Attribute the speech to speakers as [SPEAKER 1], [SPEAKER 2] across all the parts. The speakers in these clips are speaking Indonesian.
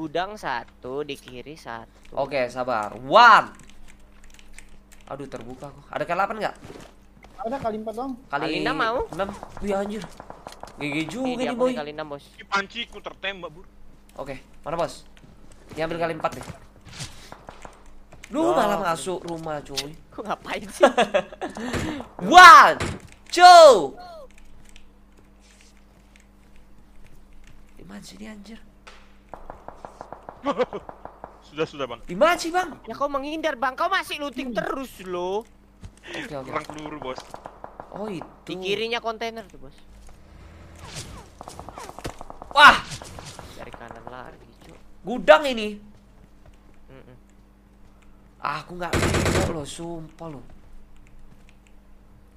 [SPEAKER 1] Gudang satu di kiri satu.
[SPEAKER 2] Oke, sabar. One. Aduh, terbuka kok. Ada kali 8 nggak?
[SPEAKER 3] Ada kali empat doang.
[SPEAKER 2] Kali
[SPEAKER 1] Kali enam mau.
[SPEAKER 2] 6. Wih, anjir. GG juga
[SPEAKER 1] Ini
[SPEAKER 2] nih,
[SPEAKER 1] aku
[SPEAKER 2] boy.
[SPEAKER 1] nih kali Eh, enam bos.
[SPEAKER 4] Ini panciku tertembak, Bur.
[SPEAKER 2] Oke, mana bos? Dia ambil kali 4 nih. Lu malah masuk rumah, cuy.
[SPEAKER 1] Kok ngapain sih?
[SPEAKER 2] One, two. Di mana sih ini anjir?
[SPEAKER 4] Sudah, sudah, Bang.
[SPEAKER 2] Di mana sih, Bang?
[SPEAKER 1] ya kau menghindar bang. Kau masih looting terus loh.
[SPEAKER 2] Oke, oke.
[SPEAKER 4] Kurang peluru, Bos.
[SPEAKER 2] Oh, itu.
[SPEAKER 1] Di kirinya kontainer tuh bos.
[SPEAKER 2] Wah,
[SPEAKER 1] Dari kanan lagi cuy.
[SPEAKER 2] gudang ini.
[SPEAKER 1] Mm-mm.
[SPEAKER 2] Ah, Aku nggak bisa loh, sumpah loh.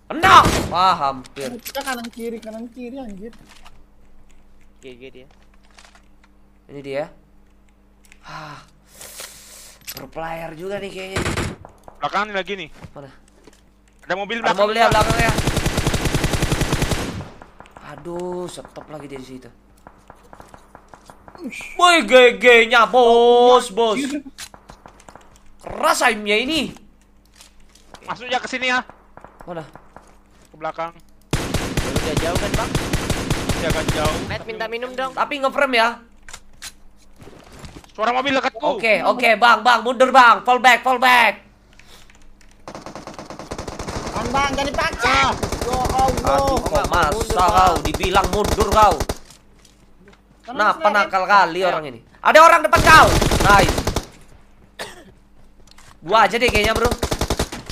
[SPEAKER 2] Enak. Wah, hampir.
[SPEAKER 3] Kita kanan kiri kanan kiri anjir.
[SPEAKER 1] GG dia.
[SPEAKER 2] Ini dia. Ah. Berplayer juga nih kayaknya.
[SPEAKER 4] Belakangan lagi nih.
[SPEAKER 2] Mana?
[SPEAKER 4] Ada mobil
[SPEAKER 2] Ada
[SPEAKER 4] belakang.
[SPEAKER 2] mobil ya? yang belakangnya. Aduh, stop lagi dia di situ. Boy, GG-nya bos, bos. Keras aimnya ini.
[SPEAKER 4] Masuk ya ke sini ya.
[SPEAKER 2] Mana?
[SPEAKER 4] Ke belakang.
[SPEAKER 1] Udah jauh kan bang?
[SPEAKER 4] Jaga jauh.
[SPEAKER 1] Matt minta minum dong.
[SPEAKER 2] Tapi ngeframe ya.
[SPEAKER 4] Suara mobil dekatku.
[SPEAKER 2] Oke, oke, Bang, Bang, mundur, Bang. Fall back, fall back.
[SPEAKER 3] Bang bang jangan dipaksa. Ya Allah.
[SPEAKER 2] Aduh, kok Oh, masa kau dibilang mundur kau. Kenapa nakal kali orang ini? Ada orang depan kau. Nice. Gua aja deh kayaknya, Bro.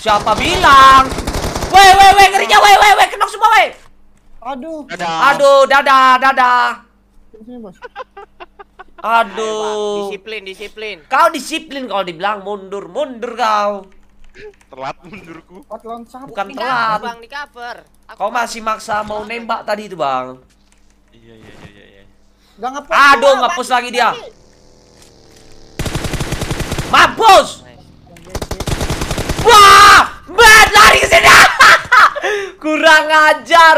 [SPEAKER 2] Siapa bilang? Weh, weh, weh, ngerinya, weh, weh, weh, kenok semua, weh.
[SPEAKER 3] Aduh.
[SPEAKER 4] Dadah.
[SPEAKER 2] Aduh, dadah, dadah.
[SPEAKER 3] Sini
[SPEAKER 1] Ayo,
[SPEAKER 3] bos.
[SPEAKER 1] Bang.
[SPEAKER 2] Aduh.
[SPEAKER 1] Disiplin disiplin.
[SPEAKER 2] Kau disiplin kalau dibilang mundur, mundur kau.
[SPEAKER 4] Telat mundurku.
[SPEAKER 3] Empat lawan satu.
[SPEAKER 2] Bukan
[SPEAKER 1] Di cover,
[SPEAKER 2] telat.
[SPEAKER 1] bang di cover. Aku
[SPEAKER 2] Kau masih maksa mau nembak tadi itu, Bang.
[SPEAKER 4] Iya, iya, iya, iya, iya.
[SPEAKER 3] Gak ngepus.
[SPEAKER 2] Aduh, ngepus lagi dia. Mampus!
[SPEAKER 1] Nice.
[SPEAKER 2] Wah! Bad lari ke sini. Kurang
[SPEAKER 1] Anjir,
[SPEAKER 2] ajar.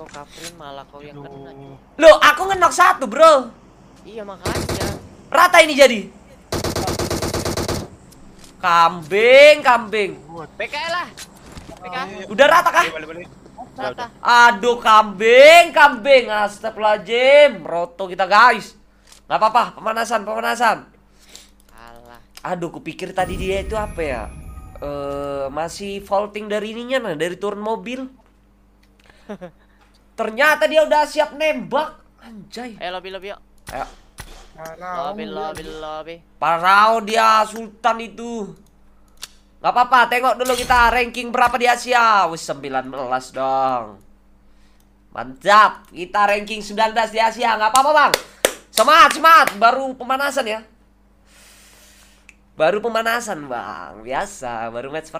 [SPEAKER 1] Kau coverin malah kau yang kena. cuy.
[SPEAKER 4] Aduh.
[SPEAKER 2] Loh, aku ngenok satu, Bro.
[SPEAKER 1] Iya makanya.
[SPEAKER 2] Rata ini jadi. Kambing, kambing.
[SPEAKER 1] PKL lah. PKL.
[SPEAKER 2] Udah rata kah?
[SPEAKER 4] Balik, balik.
[SPEAKER 1] Rata.
[SPEAKER 2] Aduh, kambing, kambing. Astagfirullahaladzim. Roto kita, guys. Gak apa-apa, pemanasan, pemanasan.
[SPEAKER 1] Alah.
[SPEAKER 2] Aduh, kupikir tadi dia itu apa ya? Eh, masih vaulting dari ininya nah, dari turun mobil. Ternyata dia udah siap nembak. Anjay.
[SPEAKER 1] Ayo Eh, lobby lobby yuk.
[SPEAKER 2] Ayo.
[SPEAKER 1] Lobby lobby lobby.
[SPEAKER 2] Parao dia Sultan itu. Gak apa-apa, tengok dulu kita ranking berapa di Asia. Wih, 19 dong. Mantap, kita ranking 19 di Asia. Gak apa-apa, Bang. Semangat, semangat. Baru pemanasan ya. Baru pemanasan, Bang. Biasa, baru match pertama.